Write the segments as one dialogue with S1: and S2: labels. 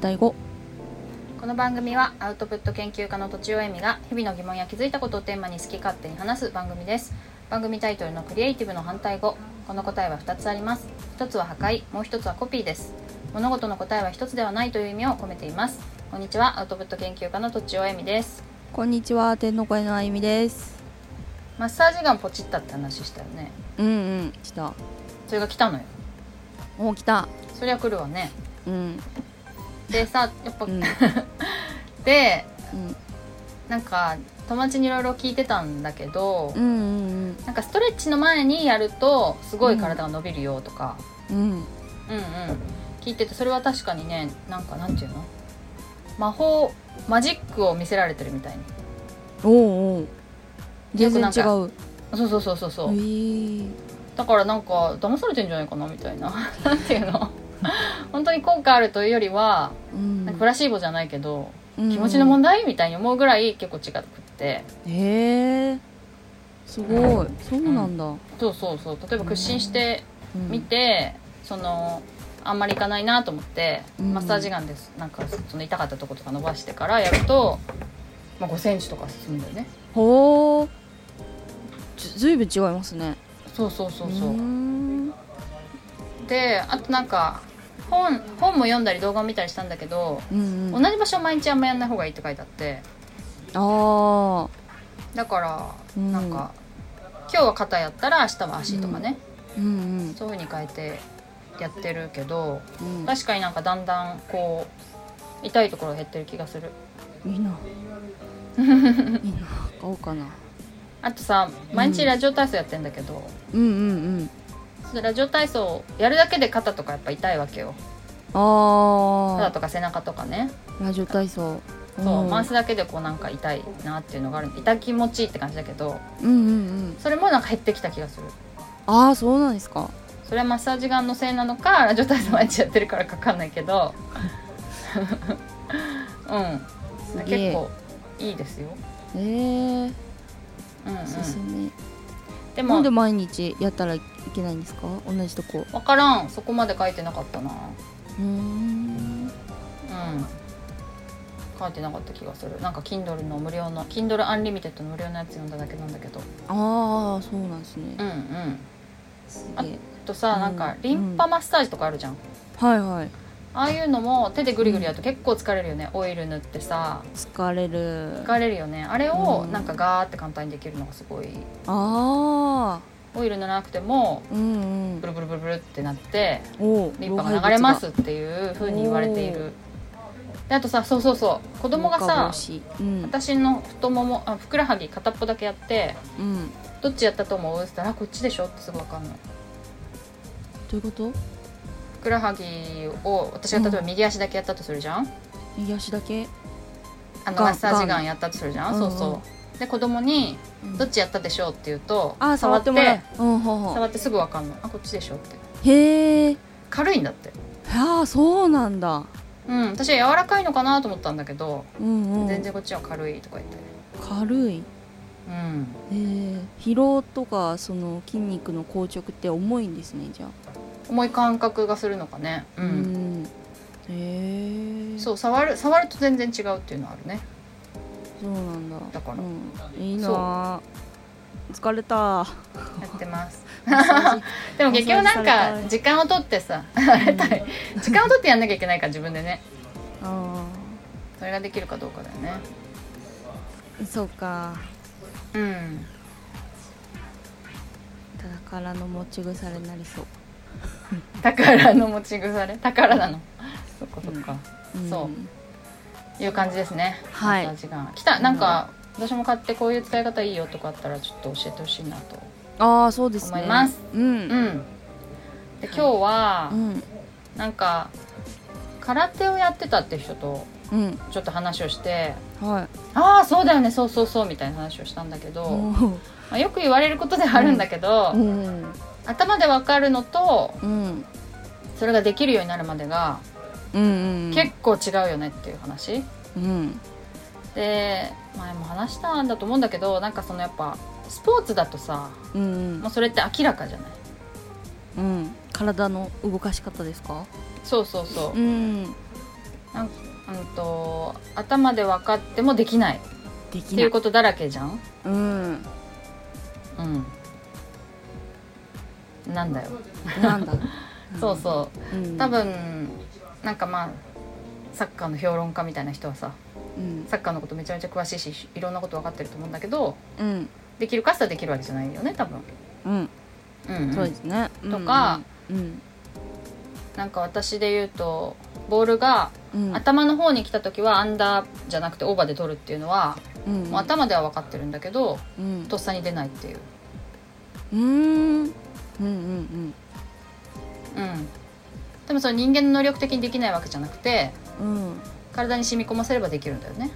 S1: 対5
S2: この番組はアウトプット研究家のとちおえみが日々の疑問や気づいたことをテーマに好き勝手に話す番組です番組タイトルのクリエイティブの反対語この答えは2つあります1つは破壊もう1つはコピーです物事の答えは1つではないという意味を込めていますこんにちはアウトプット研究家のとちおえみです
S1: こんにちは天の声のあゆみです
S2: マッサージガンポチったって話したよね
S1: うんうん来た
S2: それが来たのよ
S1: もう来た
S2: そりゃ来るわね
S1: うん
S2: でさやっぱ、
S1: うん
S2: で
S1: うん
S2: なんか友達にいろいろ聞いてたんだけど、
S1: うんうん
S2: なんかストレッチの前にやるとすごい体が伸びるよとか、
S1: うん
S2: うん、うん聞いててそれは確かにねなんかなんていうの魔法マジックを見せられてるみたいに
S1: おおうおう全然違
S2: よくな
S1: う
S2: そうそうそうそうそう、
S1: えー
S2: だからなんか騙されてんじゃないかなみたいななんていうの本当に効果あるというよりは
S1: うん
S2: なんかプラシーボじゃないけど、
S1: うん
S2: 気持ちの問題みたいに思うぐらい結構違くって
S1: へえすごいそうなんだ
S2: そうそうそう例えば屈伸して
S1: うん
S2: 見て、そのあんまりいかないなと思って、
S1: うん
S2: マッサージガンですなんかその痛かったとことか伸ばしてからやると、まあ、5センチとか進むんだよね
S1: ほーずずいぶん違いますね
S2: そうそうそうそう、
S1: ーん
S2: であとなんか本本も読んだり動画を見たりしたんだけど、
S1: うんうん
S2: 同じ場所を毎日あんまやんない方がいいって書いてあって
S1: あ
S2: だから、
S1: うん
S2: なんか今日は肩やったら明日は足とかね、
S1: ーうん
S2: そういう風に変えてやってるけど
S1: うん
S2: 確かになんかだんだんこう痛いところが減ってる気がする
S1: うんいい ないいな買おうかな
S2: あとさ毎日ラジオ体操やってんだけど、
S1: うんうんうん
S2: そのラジオ体操やるだけで肩とかやっぱ痛いわけよ肩
S1: あ
S2: とか背中とかね
S1: ーラジオ体操
S2: そう回
S1: ます
S2: だけでこうなんか痛いなっていうのがある痛気持ちいいって感じだけど
S1: うんうんうん
S2: それもなんか減ってきた気がする
S1: ああそうなんですか
S2: それはマッサージガンのせいなのかラジオ体操毎日やってるからかわかんないけどうん
S1: げえ
S2: 結構いいですよ、
S1: えー
S2: うんうん、
S1: おすすめ
S2: で
S1: な
S2: も
S1: んで毎日やったらいけないんですか同じとこ
S2: 分からんそこまで書いてなかったな
S1: うーん
S2: うん書いてなかった気がするなんか Kindle の無料の Kindle Unlimited の無料のやつ読んだだけなんだけど
S1: ああそうなんですね
S2: うんうん
S1: す
S2: あ
S1: げえ
S2: とさ、
S1: うん
S2: なんかリンパマッサージとかあるじゃん、
S1: はいはい
S2: ああいうのも手でグリグリやると結構疲れるよねオイル塗ってさ
S1: 疲れる
S2: 疲れるよねあれを
S1: うん
S2: なんかガーって簡単にできるのがすごい
S1: ああ
S2: オイル塗らなくても
S1: うんうん
S2: ブルブルブルブルってなって
S1: お
S2: リンパが流れますっていう風に言われているであとさそうそうそう子
S1: 子
S2: 供がさ
S1: うん
S2: 私の太ももあふくらはぎ片っぽだけやって
S1: うん
S2: どっちやったと思うって言ったらあこっちでしょってすぐ分かんない
S1: どういうこと
S2: ふくらはぎを私が例えば右足だけやったとするじゃん、
S1: 右足だけ
S2: あの
S1: ガン
S2: マッサージガンやったとするじゃん、
S1: ガン
S2: そう
S1: うんう
S2: そ
S1: ん
S2: うで子供に
S1: う
S2: 「
S1: ん
S2: どっちやったでしょう?」って言うと
S1: あー触ってもらううんほうほう
S2: 触ってすぐ分かんないあこっちでしょって
S1: へえ
S2: 軽いんだって
S1: ああそうなんだ
S2: うん私は柔らかいのかなと思ったんだけど、
S1: うんうん
S2: 全然こっちは軽いとか言って
S1: 軽い
S2: うん
S1: えー、疲労とかその筋肉の硬直って重いんですねじゃあ
S2: 重い感覚がするのかねう、
S1: うんんへえ
S2: そう触る触ると全然違うっていうのはあるね
S1: そうなんだ
S2: だから
S1: うん、いいなー疲れた ー
S2: やってます
S1: マジ
S2: でも結局なん
S1: マッサージされた
S2: か
S1: い
S2: 時間を取ってさあれだい時間を取ってやんなきゃいけないから自分でね
S1: あ
S2: それができるかどうかだよね
S1: あそうか
S2: うん
S1: 宝の持ち腐れになりそう、
S2: 宝の持ち腐れ宝なのそっかそっか、
S1: ん
S2: そういう感じですね
S1: はい
S2: マッサージガン来たなんか、私も買ってこういう使い方いいよとかあったらちょっと教えてほしいなと
S1: ああそうですね
S2: 思います
S1: うん
S2: うんで今日は
S1: うん
S2: なんか空手をやってたって人と
S1: うん
S2: ちょっと話をして
S1: はい
S2: ああそうだよねそうそうそうみたいな話をしたんだけど、ま
S1: お
S2: あ、よく言われることではあるんだけど、
S1: ー
S2: 頭でわかるのと
S1: うん
S2: それができるようになるまでが
S1: うんうん
S2: 結構違うよねっていう話
S1: うん
S2: で前も話したんだと思うんだけどなんかそのやっぱスポーツだとさ
S1: うん
S2: もうそれって明らかじゃない
S1: うん体の動かし方ですか
S2: そうそうそう
S1: うん
S2: なんうんと頭で分かってもできないっ
S1: でき
S2: て
S1: ないいう
S2: ことだらけじゃん
S1: うん
S2: うんなんだよ
S1: なんだ、、
S2: そうそううん多分なんかまあサッカーの評論家みたいな人はさ
S1: うん
S2: サッカーのことめちゃめちゃ詳しいしいろんなこと分かってると思うんだけど
S1: うん
S2: できるかつたできるわけじゃないよね多分、
S1: うん
S2: うんうん
S1: そうですね
S2: とか
S1: うん
S2: なんか私で言うとボールが
S1: うん
S2: 頭の方に来た時はアンダーじゃなくてオーバーで取るっていうのは、
S1: うん
S2: もう頭では分かってるんだけど
S1: うん
S2: とっさに出ないっていう、
S1: うーんうん
S2: う
S1: うん
S2: ん、でもそれ人間の能力的にできないわけじゃなくて
S1: うんうん
S2: 体に染み込ませればできるんだよね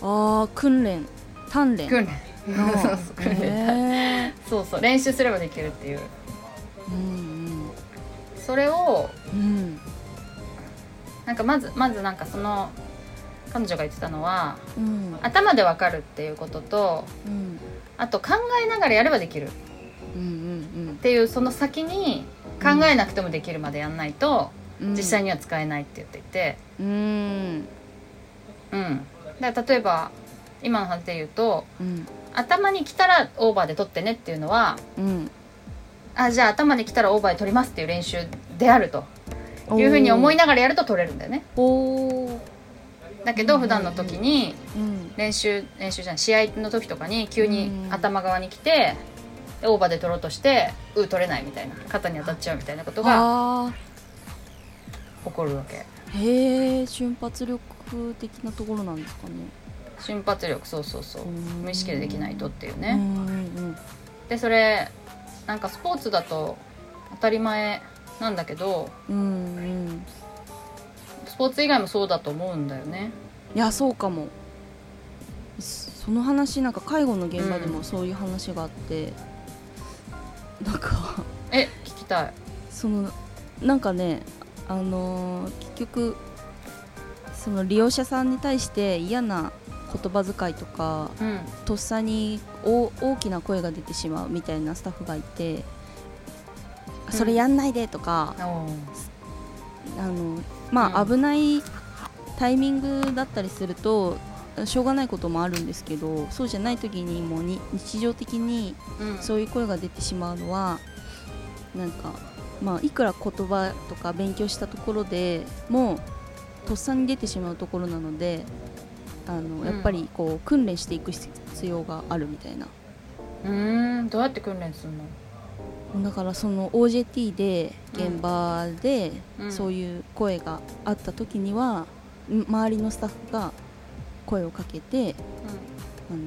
S1: ああ訓練鍛錬
S2: 訓練 そうそう
S1: う ん
S2: 訓練
S1: へ
S2: そうそう練習すればできるっていう
S1: ーうん
S2: それを
S1: うん
S2: なんかまずまずなんかその彼女が言ってたのは
S1: うんうん
S2: 頭で分かるっていうことと
S1: うん
S2: あと考えながらやればできるっ
S1: うん
S2: ていうその先に考えなくてもできるまでやんないと
S1: うん
S2: 実際
S1: に
S2: には使えないって言っていて、
S1: うん
S2: うん、だから例えば今の話で言うと
S1: うん
S2: 頭に来たらオーバーで取ってねっていうのは
S1: うん
S2: あじゃあ頭に来たらオーバーで取りますっていう練習であるというふうに思いながらやると取れるんだよね。
S1: おー
S2: だけど普段の時に
S1: うん
S2: 練習練習じゃない試合の時とかに急に
S1: うん
S2: 頭側に来てでオーバーで取ろうとしてうー取れないみたいな肩に当たっちゃうみたいなことが
S1: あ
S2: 起こるわけ
S1: ーへえ瞬発力的なところなんですかね
S2: 瞬発力そうそうそう無意識でできないとっていうね、
S1: うんうん
S2: でそれなんかスポーツだと当たり前なんだけど
S1: うんうんうん
S2: スポーツ以外もそうだと思うんだよね
S1: いやそうかもその話なんか介護の現場でもそういう話があって、なんか
S2: え聞きたい
S1: そのなんかねあのー結局その利用者さんに対して嫌な言葉遣いとか
S2: うん
S1: とっさにお大きな声が出てしまうみたいなスタッフがいて「
S2: ん
S1: それやんないで」とか、
S2: おー
S1: あのまあ
S2: うん
S1: 危ないタイミングだったりするとしょうがないこともあるんですけどそうじゃない時にもうに日常的に
S2: うん
S1: そういう声が出てしまうのはなんか、まあ、いくら言葉とか勉強したところでもとっさに出てしまうところなのであのやっぱりこう訓練していく必要があるみたいな
S2: うーんどうやって訓練するの
S1: だからその OJT で現場で
S2: うん
S1: そういう声があった時には、ん周りのスタッフが声をかけてあの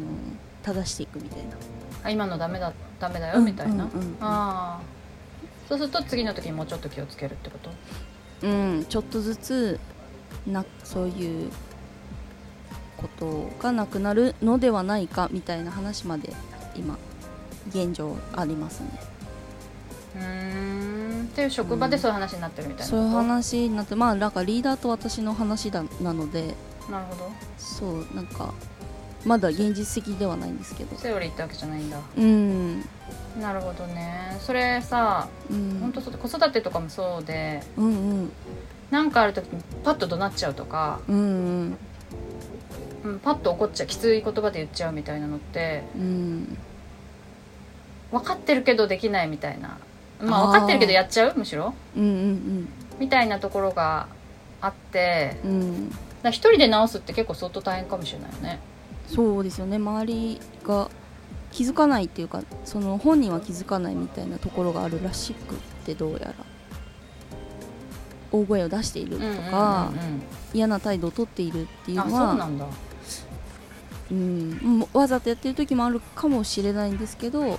S1: 正していくみたいな
S2: あ今のダメだダメだよみたいな、
S1: うんうん
S2: ああそうすると次の時にもうちょっと気をつけるってこと
S1: うん、うんちょっとずつなそういうことがなくなるのではないかみたいな話まで今現状ありますね
S2: うーんっていう職場でそういう話になってるみたいなこ
S1: そ
S2: と
S1: ういう話になってまあなんかリーダーと私の話だなので
S2: なるほど
S1: そうなんかまだ現実的ではないんですけど
S2: セオリーってわけじゃないんだ
S1: うん
S2: なるほどねそれさ
S1: うん
S2: 本当そうで子育てとかもそうで
S1: うんうん
S2: 何かある時にパッと怒鳴っちゃうとか、
S1: うん
S2: うん、パッと怒っちゃうきつい言葉で言っちゃうみたいなのって
S1: うんうん
S2: 分かってるけどできないみたいなまあ
S1: あー
S2: 分かってるけどやっちゃうむしろ
S1: うんうん
S2: みたいなところがあって
S1: うんうん
S2: だから一人で直すって結構相当大変かもしれないよね
S1: そうですよね周りが気づかないっていうかその本人は気づかないみたいなところがあるらしくってどうやら大声を出しているとか、
S2: うんうんうんうん
S1: 嫌な態度を取っているっていう
S2: あ
S1: の
S2: そうな
S1: は
S2: んだ
S1: うんもうわざとやってる時もあるかもしれないんですけど、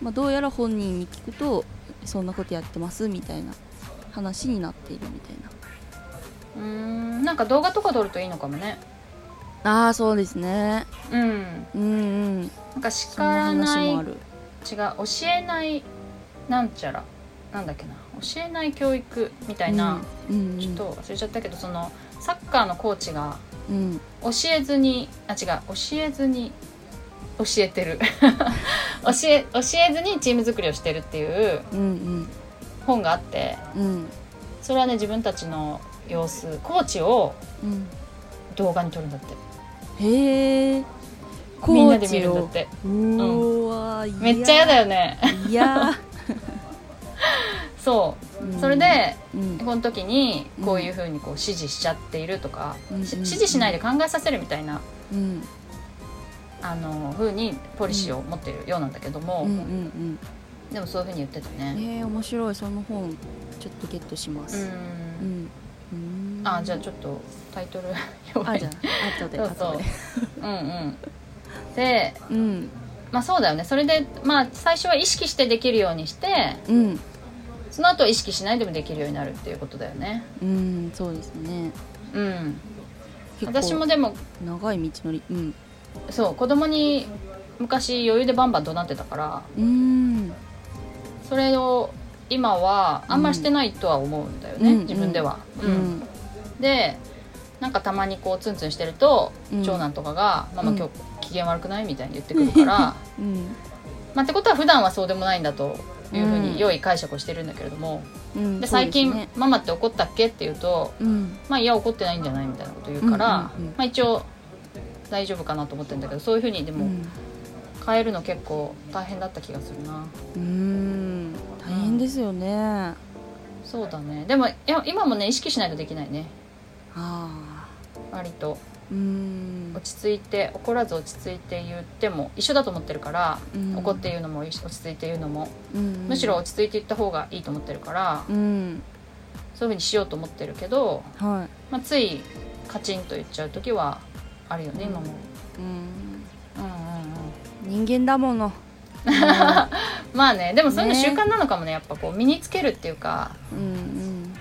S1: まあ、どうやら本人に聞くとそんなことやってますみたいな話になっているみたいな
S2: うーんなんか動画とか撮るといいのかもね
S1: ああそうですね
S2: うん
S1: うんうん
S2: なんか叱
S1: そんな
S2: ら
S1: 話
S2: ない違
S1: もあ
S2: う
S1: る
S2: 教えないなんちゃらなんだっけな教えない教育みたいな、
S1: うん
S2: ちょっと忘れちゃったけどそのサッカーのコーチが
S1: うん
S2: 教えずにあ違う教えずに教えてる 教え教えずにチーム作りをしてるっていう
S1: うんうん
S2: 本があって
S1: うん
S2: それはね自分たちの様子高知を
S1: うん、
S2: 動画に撮るんだって
S1: へえ
S2: みんなで見るんだって
S1: うーわー、
S2: めっちゃ嫌だよね
S1: いや
S2: そう、
S1: うん
S2: それで
S1: ー、うん
S2: この時にこういうふうにこう指示しちゃっているとか、
S1: うん
S2: し指示しないで考えさせるみたいな
S1: うん
S2: あの風にポリシーを持っているようなんだけども、
S1: うんうん
S2: でもそういうふうに言ってた
S1: うん
S2: ね。
S1: へえ面白いその本ちょっとゲットしま
S2: う、
S1: すうんん、うん、
S2: あじゃあち
S1: ょっ
S2: ょっとタイ トル用
S1: あ
S2: 意
S1: じゃあ後で
S2: そうそう
S1: 後で
S2: うんうん、で
S1: うん
S2: まあそうだよねそれで、まあ、最初は意識してできるようにして
S1: うん
S2: その後意識しないでもできるようになるっていうことだよね。
S1: うんそうですね
S2: うん、
S1: 結構
S2: 私もでも
S1: 長い道のりうん
S2: そう子供に昔余裕でバンバン怒鳴ってたから
S1: うん
S2: それを今はあんまりしてないとは思うんだよね、
S1: うん
S2: 自分では。
S1: う
S2: うん
S1: ん
S2: でなんかたまにこうツンツンしてると、
S1: うん
S2: 長男とかが「ママ
S1: うん
S2: 今日機嫌悪くない?」みたいに言ってくるから
S1: うん
S2: まあってことは普段はそうでもないんだというふう
S1: うん
S2: に良い解釈をしてるんだけれども、
S1: うん
S2: で最近、
S1: そうですね
S2: ママって怒ったっけ?」って言うと
S1: うん
S2: 「まあいや怒ってないんじゃない?」みたいなこと言うから、
S1: うんうんうん
S2: まあ、一応大丈夫かなと思ってるんだけどそういうふうにで
S1: う
S2: も
S1: ん
S2: 変えるの結構大変だった気がするな。
S1: うん大変ですよねあ
S2: そうだねでもいや今もね意識しないとできないね
S1: あ
S2: 割と
S1: ーうん
S2: 落ち着いて怒らず落ち着いて言っても一緒だと思ってるから、
S1: うん
S2: 怒って言うのも落ち着いて言うのも、
S1: うん
S2: むしろ落ち着いて言った方がいいと思ってるから、
S1: うん
S2: そういうふうにしようと思ってるけど、
S1: は
S2: まあ、ついカチンと言っちゃう時はあるよね、
S1: うん
S2: 今も。
S1: いうん
S2: うんうんうん
S1: 人間だ もの
S2: まあねでもそういうの
S1: ね
S2: 習慣なのかもねやっぱこう身につけるっていうか
S1: うん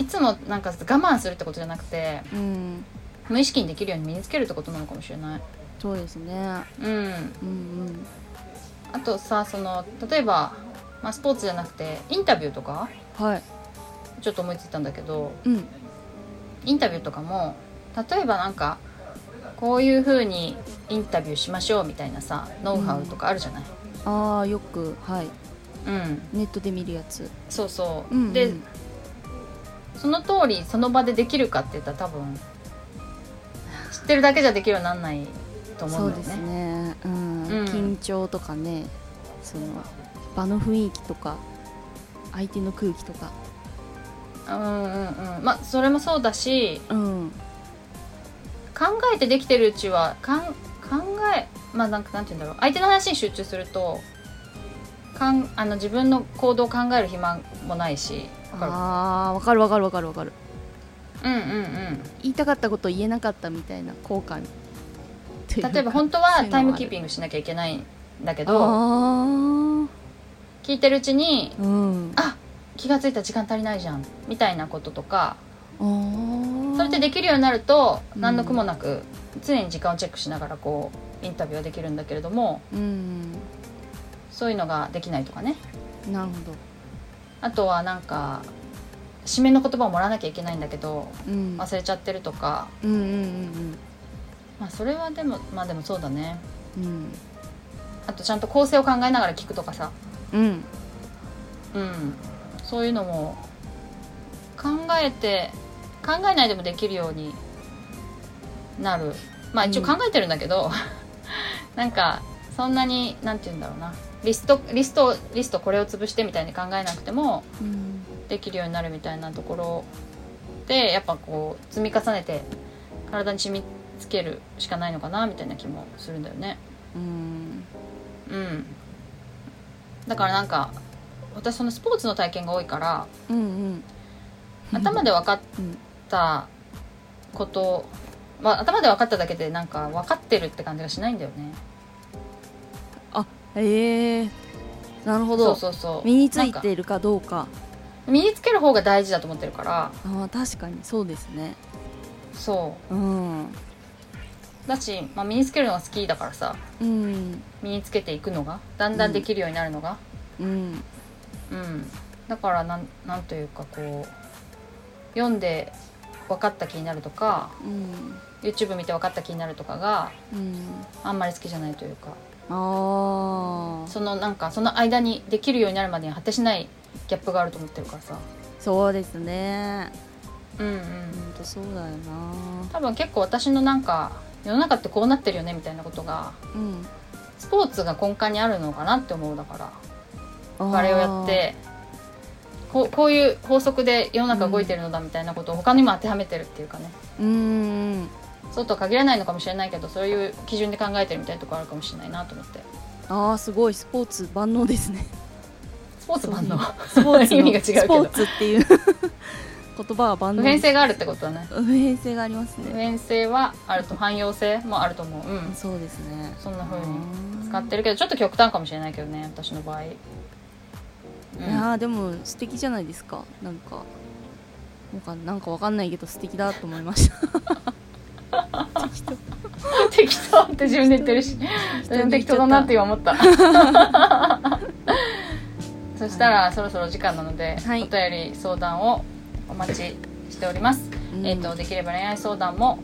S2: いつもなんか我慢するってことじゃなくて
S1: うんうん
S2: 無意識にできるように身につけるってことなのかもしれない。
S1: そうですね
S2: うん、
S1: うん
S2: あとさその例えば、まあ、スポーツじゃなくてインタビューとか
S1: うんはい
S2: ちょっと思いついたんだけど
S1: うん
S2: インタビューとかも例えばなんかこういう風にインタビューしましょうみたいなさノウハウとかあるじゃない、
S1: ああよくはい
S2: うん
S1: ネットで見るやつ
S2: そうそう、
S1: うん
S2: でその通りその場でできるかって言ったら多分知ってるだけじゃできるようになんないと思
S1: そううん
S2: だよ
S1: です
S2: ね
S1: ねうん
S2: うん
S1: 緊張とかねその場の雰囲気とか相手の空気とか
S2: うんうんうんまあそれもそうだし
S1: うん
S2: 考えてできてるうちはかん考えまあなんかなんて言うんだろう相手の話に集中するとかんあの自分の行動を考える暇もないしわかる
S1: ああわかるわかるわかるわかる
S2: うんうんう
S1: 言いたかったこと言えなかったみたいな後悔というか
S2: ん例えば本当
S1: そう
S2: は
S1: いうのもある
S2: タイムキーピングしなきゃいけないんだけど
S1: あ
S2: 聞いてるうちに
S1: あうん
S2: あ気がついた時間足りないじゃんみたいなこととか
S1: あ
S2: それってできるようになると
S1: うん
S2: 何の苦もなく常に時間をチェックしながらこうインタビューはできるんだけれども
S1: うん
S2: そういうのができないとかね
S1: なるほ
S2: あとはなんか締めの言葉をもらわなきゃいけないんだけど
S1: どうん
S2: 忘れちゃってるとか、
S1: うんうんうん
S2: まあ、それはでもまあでもそうだね
S1: うん
S2: あとちゃんと構成を考えながら聞くとかさ、
S1: うん
S2: うん、そういうのも考えて考えないでもできるようになるまあ一応
S1: うん
S2: 考えてるんだけど、 なんかそんなになんて言うんだろうなリストリストリストこれを潰してみたいに考えなくても
S1: うん
S2: できるようになるみたいなところでやっぱこう積み重ねて体に染みつけるしかないのかなみたいな気もするんだよね
S1: うん
S2: うんだからなんか私そのスポーツの体験が多いから
S1: うんうん
S2: 頭で分かっ
S1: うん
S2: たこと、まあ、頭で分かっただけでなんか分かってるって感じがしないんだよね
S1: あええなるほ
S2: そ
S1: ど
S2: うそうそう
S1: 身につい
S2: なんか
S1: ているかどうか
S2: 身につける方が大事だと思ってるから
S1: ああ確かにそうですね
S2: そ
S1: うん
S2: うだし、まあ、身につけるのが好きだからさ
S1: うん
S2: 身につけていくのがだんだんできるようになるのが、
S1: うん
S2: うん、だからなんなんというかこう読んで分かった気になるとか
S1: うん
S2: YouTube 見て分かった気になるとかが
S1: うん
S2: あんまり好きじゃないというか
S1: ああ
S2: そのなんかその間にできるようになるまでに果てしないギャップがあると思ってるからさ、
S1: そうですね
S2: うん、うんうん
S1: 本当そうだよな
S2: 多分結構私のなんか世の中ってこうなってるよねみたいなことが
S1: うん
S2: スポーツが根幹にあるのかなって思うだから
S1: あー
S2: バレーをやってこうこういう法則で世の中動いてるのだみたいなことを他にも当てはめてるっていうかね、
S1: うーん
S2: そうとは限らないのかもしれないけどそういう基準で考えてるみたいなところあるかもしれないなと思って
S1: あーすごいスポーツ万能ですね
S2: スポーツ万能
S1: スポーツの
S2: 意味が違うけど
S1: スポーツっていう 言葉は万
S2: 普
S1: 能
S2: 遍
S1: です
S2: 性があるってことだね
S1: 普遍性があります
S2: 普
S1: ね
S2: 遍性はあると汎用性もあると思ううん
S1: そうですね
S2: そんな風に
S1: に
S2: 使ってるけどちょっと極端かもしれないけどね私の場合、うん
S1: いやーでも素敵じゃないですかなんかなんかなんかわかんないけど素敵だと思いました
S2: 適当って自分で言ってる し
S1: 人に言っ
S2: 適
S1: ちゃ
S2: 当だ
S1: った
S2: なって今思った そしたら、そろそろ時間なので、
S1: はい
S2: お便り相談をお待ちしております、
S1: うん
S2: えっ、とできれば恋愛相談も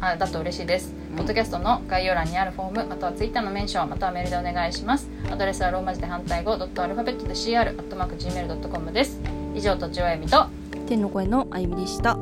S2: あだと嬉しいです、
S1: うん
S2: ポッドキャストの概要欄にあるフォームまたはツイッターのメンションまたはメールでお願いしますアドレスはローマ字で反対語ドットアルファベットで CR アットマーク Gmail.com です以上とちおえみと
S1: 天の声のあゆみでした